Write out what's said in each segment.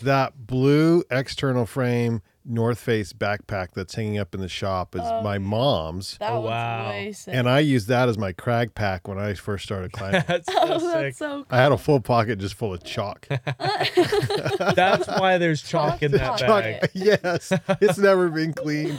That blue external frame North Face backpack that's hanging up in the shop is my mom's. That Oh, one's wow. way sick. And I used that as my crag pack when I first started climbing. That's so oh, sick. that's so I had a full pocket just full of chalk. That's why there's chalk in Chalk. that Chalk- bag. yes. It's never been cleaned.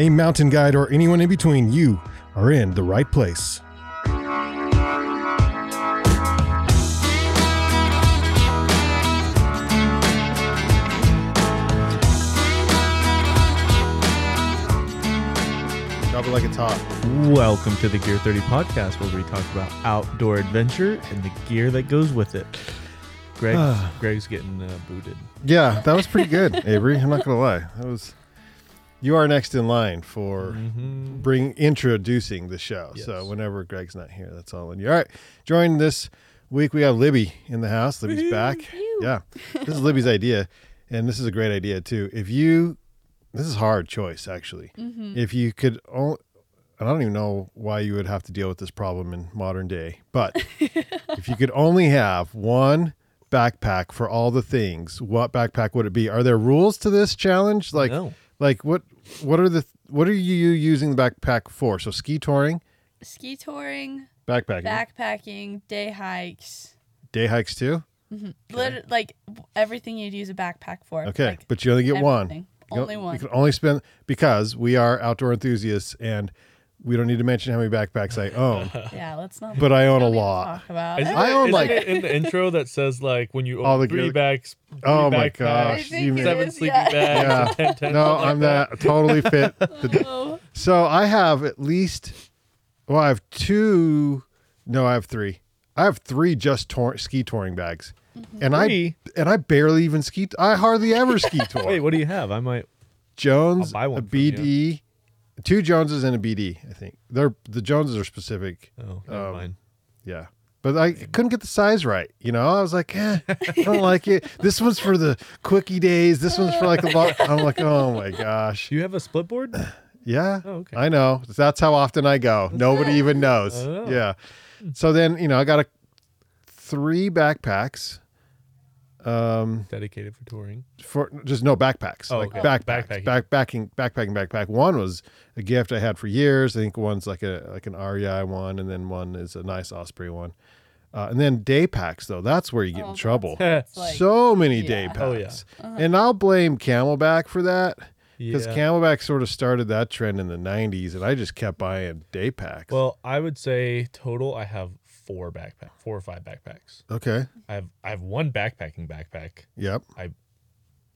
a mountain guide, or anyone in between, you are in the right place. Drop it like it's hot. Welcome to the Gear 30 podcast where we talk about outdoor adventure and the gear that goes with it. Greg's, Greg's getting uh, booted. Yeah, that was pretty good, Avery. I'm not gonna lie. That was. You are next in line for Mhm. bring introducing the show. So Yes. whenever Greg's not here, that's all on you. All right, join this week. We have Libby in the house. Libby's back. Yeah, this is Libby's idea, and this is a great idea too. If you, this is a hard choice actually. If you could, o- I don't even know why you would have to deal with this problem in modern day, but if you could only have one backpack for all the things, what backpack would it be? Are there rules to this challenge? Like, No. like what? What are the? What are you using the backpack for? So ski touring, ski touring, backpacking, backpacking, day hikes. day hikes too. Liter- like w- everything you'd use a backpack for. Okay, Like, but you only get one. everything. You don't- Only one. You can only spend because we are outdoor enthusiasts, and we don't need to mention how many backpacks I own. yeah, let's not. but I own a don't need to lot. Talk about. Isn't it. I it- own, isn't like- it in the intro that says like when you own All the three good- bags. Oh my backpacks, I gosh! think You it mean, is. Seven sleeping yeah. bags. and 10 no, I'm not totally fit. Oh, So I have at least, well, I have two. No, I have three. I have three just tour, ski touring bags, and Mm-hmm. Three? I and I barely even ski. t- I hardly ever ski tour. Wait, what do you have? I might. Jones, I'll buy one a from you. BD, two Joneses and a BD. I think they're the Joneses are specific. Oh, never Um, mind. Yeah. But I couldn't get the size right, you know. I was like, eh, I don't like it. This one's for the quickie days. This one's for like a long. I'm like, oh my gosh, Do you have a split board? yeah. Oh, okay. I know. That's how often I go. Nobody even knows. Oh. Yeah. So then, you know, I got a three backpacks um Dedicated for touring. for just no backpacks. Oh, like okay. backpacks. Backpacking. Back backing backpacking backpack. One was a gift I had for years. I think one's like a like an REI one and then one is a nice Osprey one. Uh, and then day packs though. That's where you get Oh, in that's- trouble. it's like- so many day yeah. packs. Oh, yeah. And I'll blame Camelback for that. Because Yeah. Camelback sort of started that trend in the 90s, and I just kept buying day packs. Well, I would say total. I have four backpack, four or five backpacks. okay. I have I have one backpacking backpack. Yep.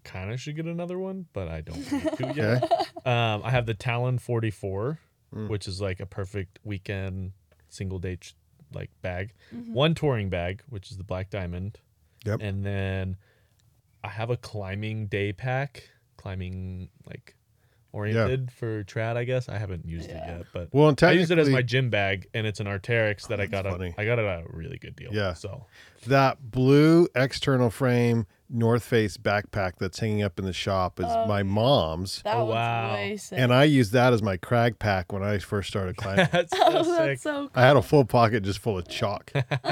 Kind of should get another one, but I don't want to Okay. yet. Um, I have the Talon 44, Mm. which is like a perfect weekend single day ch- like bag. One touring bag, which is the Black Diamond. Yep. And then I have a climbing day pack, climbing like oriented for trad. I guess I haven't used it yet, but Well, and I used it as technically- Oh, my gym bag, and it's an Arterix that I got. That's at- funny. I got it at a really good deal. Yeah. So that blue external frame North Face backpack that's hanging up in the shop is Oh. my mom's. that Oh, one's wow. way sick. And I used that as my crag pack when I first started climbing. that's, so oh, sick. that's so. I had a full pocket just full of chalk.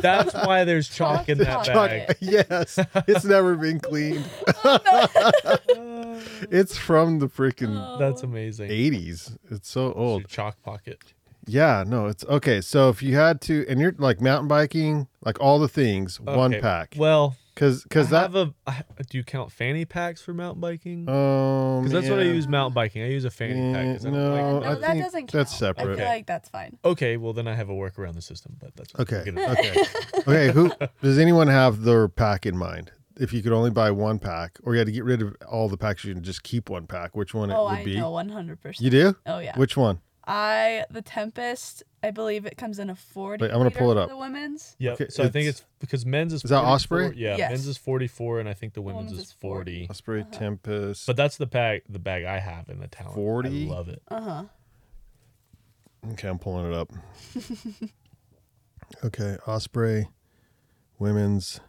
That's why there's chalk in that Chalk. bag. Right. yes. It's never been cleaned. Oh, it's from the freaking Oh. That's amazing. 80s. It's so It's your old. chalk pocket. Yeah, no, it's okay. So if you had to, and you're like mountain biking, like all the things, one Okay, pack, Well, because because because I that. have a. I, do you count fanny packs for mountain biking? Um, Because that's what I yeah. use mountain biking. I use a fanny pack. 'cause I Yeah, don't like- Mm, no, No, I that think doesn't count. that's I separate. feel like that's fine. Okay, well then I have a work around the system, but that's Okay, we'll get into that. okay, okay. Who does anyone have their pack in mind? if you could only buy one pack, or you had to get rid of all the packs, you can just keep one pack. Which one oh, it would I be? know 100%. You do? Oh, yeah. Which one? I, the Tempest, I believe it comes in a 40. Wait, I'm gonna liter pull it for up. The women's. Yeah. Okay, so I think it's- it's because men's is Is that 44 Osprey? Yeah, Yes. men's is forty four, and I think the women's, women's is is 40 40. Osprey Tempest. But that's the bag, the bag I have in the talent. 40? I love it. Uh huh. okay, I'm pulling it up. okay, Osprey, women's.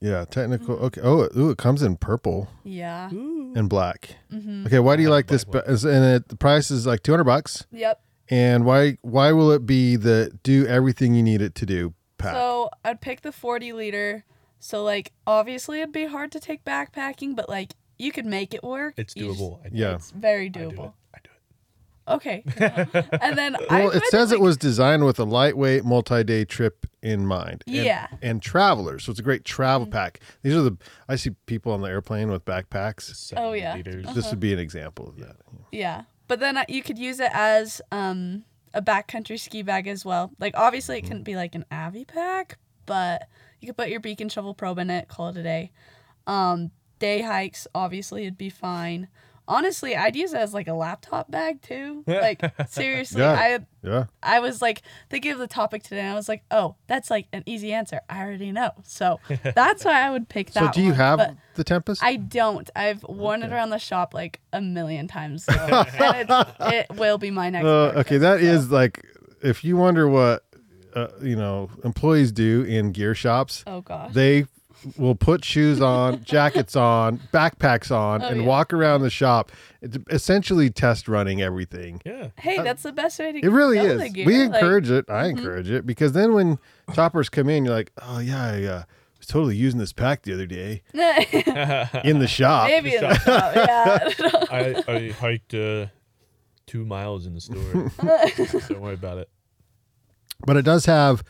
Yeah, technical. Mm-hmm. Okay. Oh, ooh, it comes in purple Yeah. and black. Mm-hmm. Okay, why do you I have like black this? Ba- is- and it, the price is like 200 bucks. Yep. And why why will it be the do everything you need it to do pack? So I'd pick the 40 liter. So, like, obviously it'd be hard to take backpacking, but, like, you could make it work. It's You just- doable. I do yeah. it's very it. I do it. doable. I do it. Okay. and then I. Well, it would, says like- it was designed with a lightweight multi-day trip in mind. And- Yeah. Mm. And travelers, so it's a great travel pack. These are the I see people on the airplane with backpacks. Seven Oh, yeah. liters. This would be an example of that. Yeah, but then uh, you could use it as um, a backcountry ski bag as well. Like obviously, it couldn't be like an Avi pack, but you could put your beacon shovel probe in it. Call it a day. Um, day hikes, obviously, it'd be fine. Honestly, I'd use it as like a laptop bag too. Like seriously, Yeah. I Yeah. I was like thinking of the topic today, and I was like, oh, that's like an easy answer. I already know, so that's why I would pick so that. do you one, have but- the Tempest? I don't. I've worn it around the shop like a million times. So, and it's, it will be my next. uh, okay, that so- is like if you wonder what uh, you know employees do in gear shops, Oh gosh. they will put shoes on, jackets on, backpacks on, Oh, and yeah. walk around the shop, It's essentially test running everything. Yeah. hey, that's the best way to. uh, It really sell is. the gear, We like- mm-hmm. encourage it. I encourage it because then when choppers come in, you're like, oh yeah, I uh, was totally using this pack the other day in the shop. Maybe in the shop. Yeah. I, I hiked uh, two miles in the store. Don't worry about it. But it does have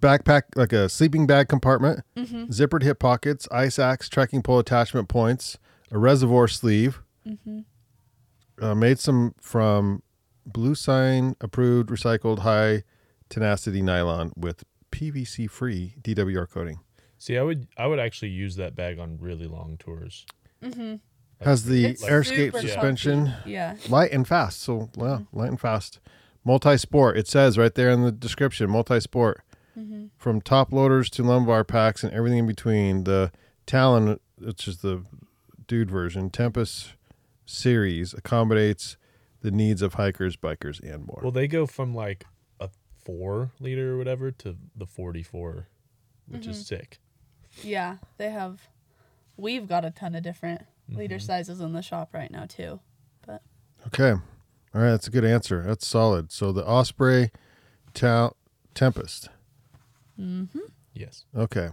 backpack like a sleeping bag compartment, zippered hip pockets, ice axe, trekking pole attachment points, a reservoir sleeve. Uh, made some from blue sign approved recycled high tenacity nylon with PVC free DWR coating. See, I would I would actually use that bag on really long tours. Has the It's air skate super suspension. yeah. light and fast. So yeah, light and fast. Multi-sport. It says right there in the description. Multi-sport. From top loaders to lumbar packs and everything in between. The Talon, which is the dude version, Tempest series accommodates the needs of hikers, bikers, and more. Well, they go from like a four liter or whatever to the forty four, which is sick. Yeah. They have. We've got a ton of different leader sizes in the shop right now too. But okay, all right, that's a good answer. That's solid. So the Osprey, Tal- Tempest. Yes, Okay.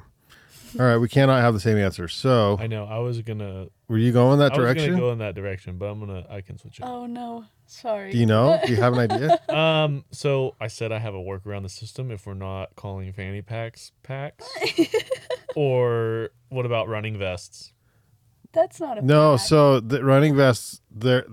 All right, we cannot have the same answer. So, I know. I was gonna were you going that I was direction? gonna go in that direction, but I'm gonna I can switch it. oh no, sorry. Do you know? Do you have an idea? Um, so I said I have a work around the system if we're not calling fanny packs packs. or what about running vests? That's not a. No, bad- so the running vests there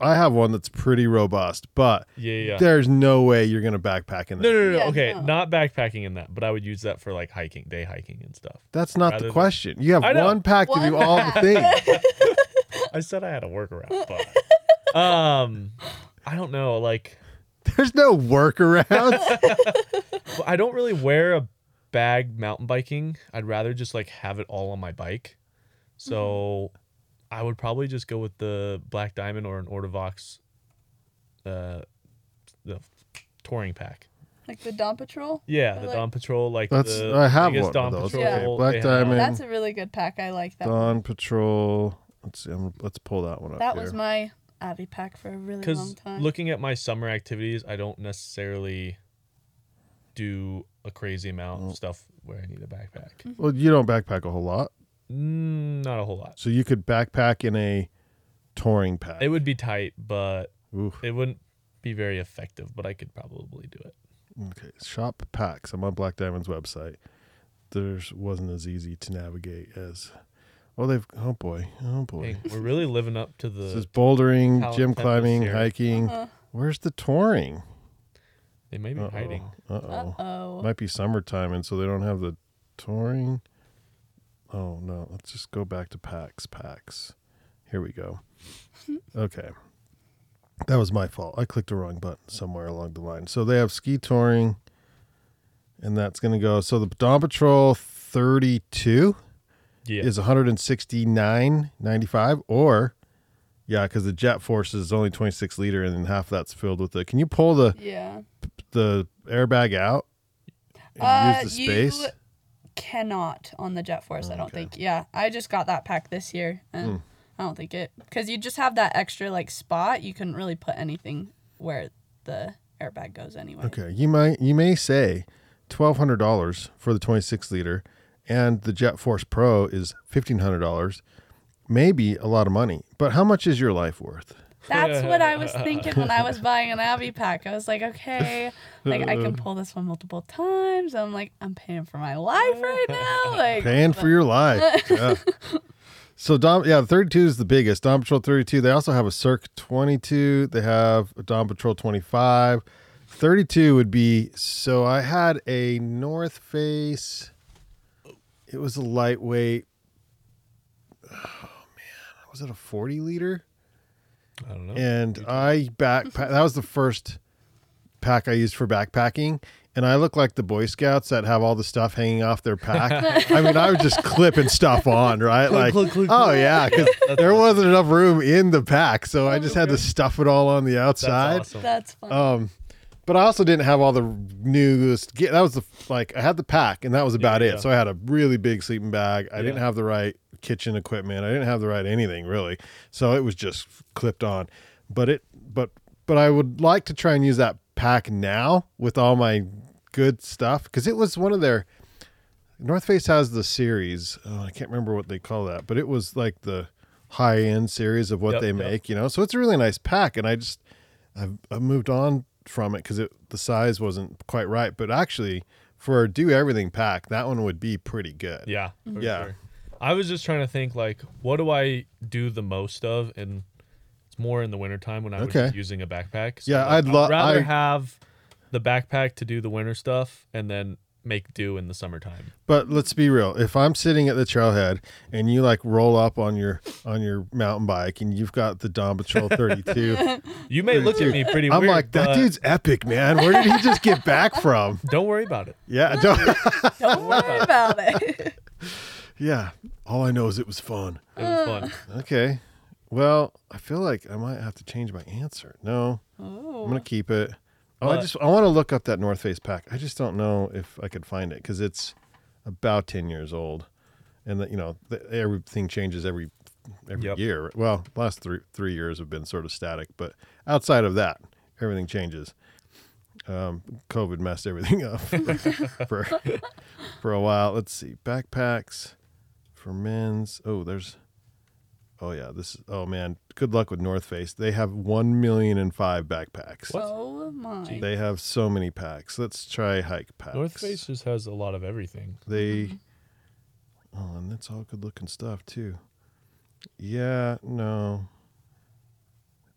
I have one that's pretty robust, but Yeah, yeah. yeah. there's no way you're gonna backpack in No, there. no, no, no. Yeah, okay, no. not backpacking in that, but I would use that for like hiking, day hiking and stuff. That's not Rather the than- question. You have I know. one pack to do One all the pack. things. I said I had a workaround, but um, I don't know. Like, There's no workarounds. but I don't really wear a bag mountain biking. I'd rather just like have it all on my bike. So Mm-hmm. I would probably just go with the Black Diamond or an Ordovox, uh, the touring pack. Like the Dawn Patrol. Yeah, I the like- Dawn Patrol, like That's- the I have biggest one of Dawn those. Patrol. Yeah. Okay, Black they have. Diamond. Oh, That's a really good pack. I like that. one. Dawn Patrol. Let's see, I'm- let's pull that one up. That here. was my Avi pack for a really long because time. looking at my summer activities, I don't necessarily do a crazy amount of stuff where I need a Mm. backpack. well, you don't backpack a whole lot. Mm, not a whole lot. So you could backpack in a touring pack. It would be tight, but Oof. it wouldn't be very effective. But I could probably do it. Okay. Shop packs. I'm on Black Diamond's website. Theirs wasn't as easy to navigate as oh they've oh boy. Oh boy. Hey, we're really living up to This is the. bouldering, Talent gym Tempest climbing, here. hiking. Where's the touring? They may be hiding. Uh oh. oh, Might be summertime, and so they don't have the touring. Oh no, let's just go back to packs. Packs. Here we go. Okay. That was my fault. I clicked the wrong button somewhere along the line. So they have ski touring, and that's going to go. So the Dawn Patrol 32 Yeah. is 169.95, or yeah, because the Jet Force is only 26 liter, and then half that's filled with the. Can you pull the Yeah. the airbag out and Uh, use the you- space? Cannot on the Jet Force, I don't Okay. Hmm. think. Yeah. I just got that pack this year and I don't think it because you just have that extra like spot. You couldn't really put anything where the airbag goes anyway. Okay, you might you may say twelve hundred dollars for the twenty six liter, and the Jet Force Pro is fifteen hundred dollars. Maybe a lot of money, but how much is your life worth? That's what I was thinking when I was buying an Abbey pack. I was like, okay, like I can pull this one multiple times. I'm like, I'm paying for my life right now. Like, Paying for your life. Yeah. So Dom, yeah, thirty two is the biggest. Dom Patrol thirty two. They also have a Cirque twenty two. They have a Dom Patrol twenty five. Thirty two would be so. I had a North Face. It was a lightweight. Oh man, was it a forty liter? I don't know. and I backpack. that was the first pack I used for backpacking, and I look like the Boy Scouts that have all the stuff hanging off their pack. I mean, I was just clipping stuff on, right? Like, click, click, oh yeah, because there wasn't enough room in the pack, so I just had to stuff it all on the Oh, That's outside. awesome. that's fun. Um, but I also didn't have all the newest. ge- That was the like I had the pack, and that was about Yeah, it. yeah. So I had a really big sleeping bag. I didn't Yeah. have the right kitchen equipment. I didn't have the right anything really. So it was just clipped on. But it, but but I would like to try and use that pack now with all my good stuff because it was one of their. North Face has the series. Oh, I can't remember what they call that, but it was like the high end series of what Yep, they yep. make, you know. So it's a really nice pack, and I just I've, I've moved on from it because the size wasn't quite right. But actually, for a do everything pack, that one would be pretty good. Yeah. for Yeah. sure. I was just trying to think like, what do I do the most of? And it's more in the wintertime when I was Okay. just using a backpack. Yeah, like, I'd lo- rather I- have the backpack to do the winter stuff and then make do in the summertime. But let's be real. If I'm sitting at the trailhead and you like roll up on your on your mountain bike and you've got the Dawn Patrol 32, You may look at me pretty I'm weird. like, that but dude's epic, man. Where did he just get back from? Don't worry about it. Yeah, don't, Don't worry about it. yeah. All I know is it was fun. It was fun. Okay. Well, I feel like I might have to change my answer. No, I'm Ooh. gonna keep it. Oh, I What? just I want to look up that North Face pack. I just don't know if I could find it because it's about ten years old, and that you know the, everything changes every every Yep. year. Well, last three three years have been sort of static, but outside of that, everything changes. Um, COVID messed everything up for for a while. Let's see backpacks for men's. Oh, there's. Oh yeah, this. is- Oh man, good luck with North Face. They have one million and five backpacks. What? Oh my. They have so many packs. Let's try hike packs. North Face Mm-hmm. just has a lot of everything. They. Oh, and that's all good looking stuff too. Yeah, no.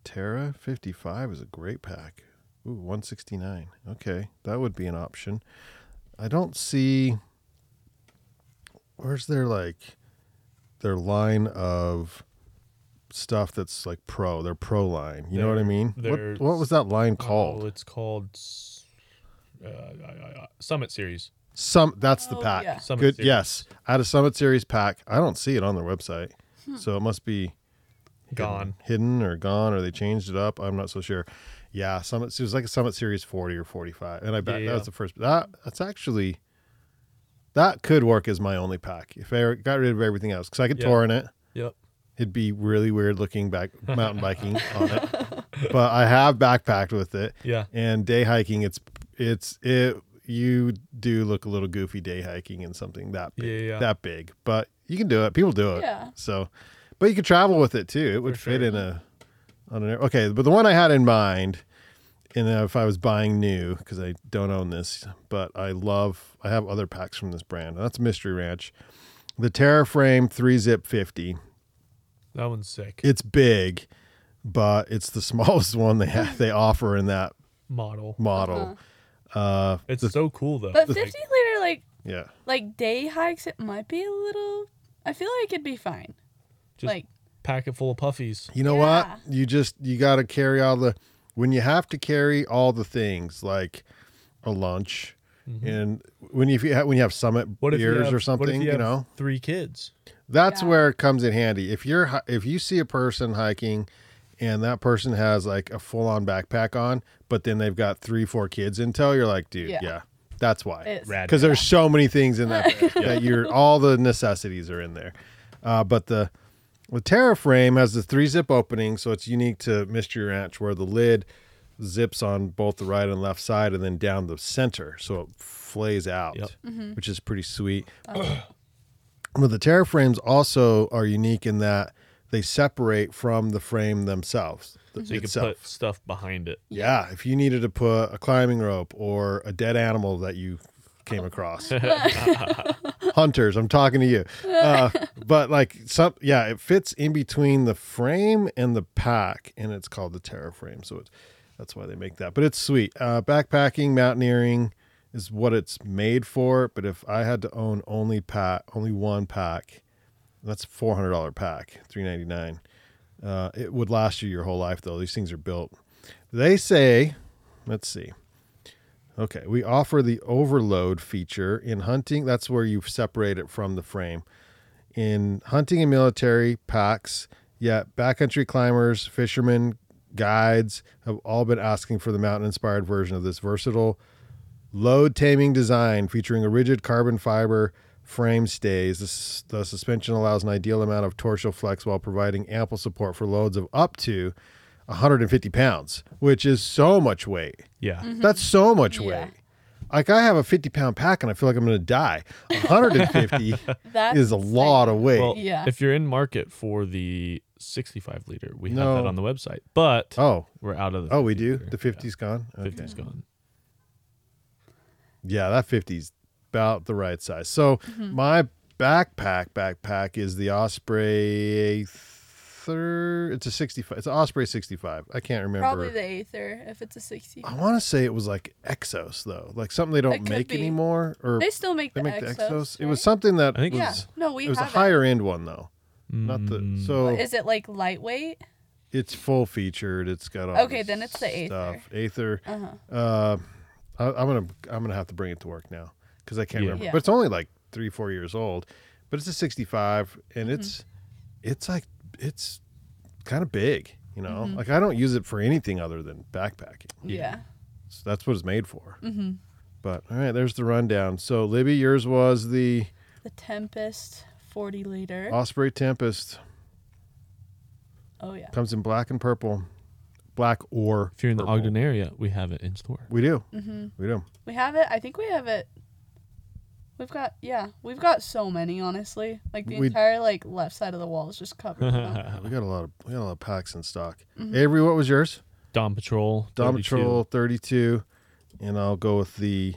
Terra 55 is a great pack. Ooh, 169. Okay, that would be an option. I don't see. Where's their like, their line of stuff that's like pro? Their pro line. You know what I Their- mean? their- What, what was that line called? Oh, it's called s- uh, I- I- I- Summit Series. Some that's the Oh, pack. yeah. Summit Good. Series. Yes, I had a Summit Series pack. I don't see it on their website, Hmm. so it must be Gone. hidden or gone, or they changed it up. I'm not so sure. Yeah, Summit. It was like a Summit Series 40 or 45, and I bet Yeah, that yeah. was the first. That that's actually that could work as my only pack if I got rid of everything else because I could Yeah. tour in it. Yep. It'd be really weird looking back mountain biking on it, but I have backpacked with it Yeah. and day hiking it's it's it you do look a little goofy day hiking in something that big, Yeah, yeah. that big but you can do it people do it Yeah. so but you could travel with it too it would For fit sure. in a on an air okay but the one i had in mind and if i was buying new because i don't own this but i love i have other packs from this brand that's mystery ranch the terra frame 3 zip 50 That one's sick. it's big but it's the smallest one they have, they offer in that Model. model Uh-huh. uh It's so cool though. But Like, 50 liter, like, Yeah. like day hikes, it might be a little I feel like it'd be fine. Just like pack it full of puffies. You know Yeah. what? You just you got to carry all the when you have to carry all the things like a lunch and when you when you have summit Mm-hmm. What if you beers have- or what if something, you, you, have know. three kids? That's Yeah. where it comes in handy. If you're hi- if you see a person hiking and that person has like a full-on backpack on, but then they've got 3 4 kids in tow, you're like, dude, yeah. Yeah. that's why. it's Rad. because there's so many things in that bag that you're all the necessities are in there. Uh, but the the Terra frame has the three zip openings, so it's unique to Mystery Ranch, where the lid zips on both the right and left side, and then down the center, so it flays out, Yep. which is pretty sweet. but the Terra frames also are unique in that they separate from the frame themselves. So you itself. can put stuff behind it. Yeah, if you needed to put a climbing rope or a dead animal that you came across, hunters, I'm talking to you. Uh, but like some, yeah, it fits in between the frame and the pack, and it's called the Terra frame. So it's, that's why they make that. But it's sweet. Uh, backpacking, mountaineering is what it's made for. But if I had to own only pack, only one pack, that's a four hundred dollar pack, three ninety nine. Uh, it would last you your whole life though. These things are built. They say, let's see. Okay, we offer the overload feature in hunting. That's where you separate it from the frame. In hunting and military packs, yeah, backcountry climbers, fishermen, guides have all been asking for the mountain inspired version of this versatile load taming design featuring a rigid carbon fiber frame stays. This, the suspension allows an ideal amount of torsional flex while providing ample support for loads of up to 150 pounds, which is so much weight. Yeah. That's so much Yeah. weight. Like I have a 50 pound pack and I feel like I'm going to die. 150 that is a lot of weight. Well, Yeah. if you're in market for the 65 liter, we No. have that on the website, but oh, we're out of the. oh, we do. 50 The 50's gone. Yeah, Okay. 50's gone. Yeah, that 50's about the right size. So Mm-hmm. my backpack backpack is the Osprey third. It's a 65. It's an Osprey 65. I can't remember. probably the Aether if it's a sixty. I want to say it was like Exos though, like something they It don't could make be. anymore, or They still make they the make Exos. the Exos. It was right? something that I think- was yeah. No, we it was a have higher end one though, not the Mm, so Is it like lightweight? it's full featured. It's got all Okay, this then it's the Uh-huh. stuff. Aether. uh I, I'm gonna I'm gonna have to bring it to work now because I can't Yeah. remember. Yeah. But it's only like three four years old, but it's a 65 and Mm-hmm. it's it's like it's kind of big. You know, like I don't use it for anything other than backpacking. Yeah. Mm-hmm. Yeah. So that's what it's made for. Mm-hmm. But all right, there's the rundown. So Libby, yours was the The Tempest forty liter. Osprey Tempest. oh yeah. Comes in black and purple, black or If you're in the purple. Ogden area, we have it in store. We do. Mm-hmm. We do. We have it. I think we have it. We've got yeah, we've got so many honestly. Like the We- entire like left side of the wall is just covered. in them. Yeah, we got a lot of we got a lot of packs in stock. Mm-hmm. Avery, what was yours? Dom Patrol. Dom 32, Patrol thirty two, and I'll go with the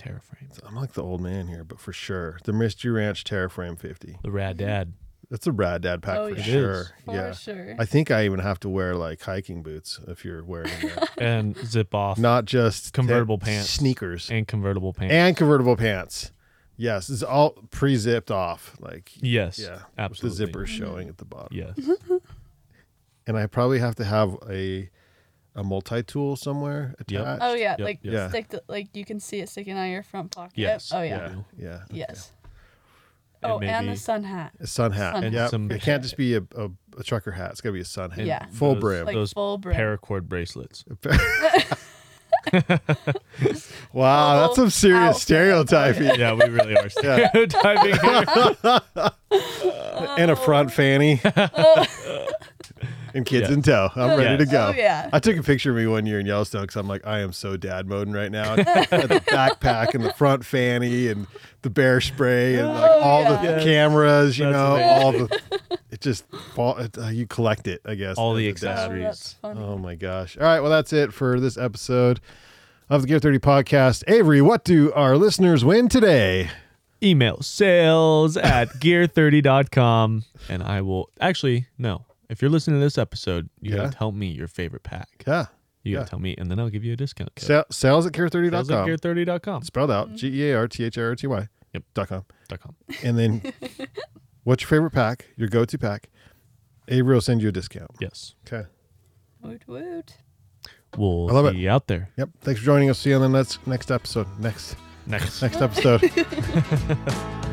Terraframe. I'm like the old man here, but for sure the Mystery Ranch Terraframe fifty. The Rad Dad. That's a rad dad pack Oh, for yeah. It sure. is. For Yeah, sure. I think I even have to wear like hiking boots if you're wearing that. And zip off. not just Convertible te- pants. sneakers, and convertible pants. and convertible pants. Yes, it's all pre-zipped off. Like yes. yeah, the Absolutely. zipper Mm-hmm. showing at the bottom. Yes. and I probably have to have a a multi tool somewhere Yep. attached. oh yeah, Yep, like yep. Yeah. stick the, like you can see it sticking out of your front pocket. Yes, Oh yeah. yeah, yeah. Yes. And Oh, and maybe- the sun hat. A sun hat. Sun Yep. hat. yeah, Some- it can't just be a, a, a trucker hat. It's got to be a sun hat. And Yeah. full those- brim. Like Those full brim. Paracord bracelets. wow, that's some serious outfit. stereotyping. yeah, we really are stereotyping here. Oh. And a front fanny. and kids Yeah. in tow. I'm ready to Yes. go. Oh, yeah. I took a picture of me one year in Yellowstone because I'm like, I am so dad moding right now. I had the backpack and the front fanny and the bear spray and like Oh, all the yeah. cameras, you That's know, amazing. all the. It just fall. It, uh, you collect it, I guess. All the as a dad. Oh, that's accessories. funny. Oh my gosh. All right. Well, that's it for this episode of the Gear 30 podcast. Avery, what do our listeners win today? Email sales at gear30.com. And I will actually, no. If you're listening to this episode, you Yeah. gotta tell me your favorite pack. Yeah. You Yeah. gotta tell me, and then I'll give you a discount code. Sa- sales at Sales at gear30.com. gear30.com. Spelled out G E A R T H I R T Y. Yep. Dot com. Dot com. And then what's your favorite pack, your go to pack. Avery will send you a discount. Yes. Okay. Oh. Woot woot. We'll I love it. be out there Yep. Thanks for joining us. See you on the next next episode. Next next. next episode.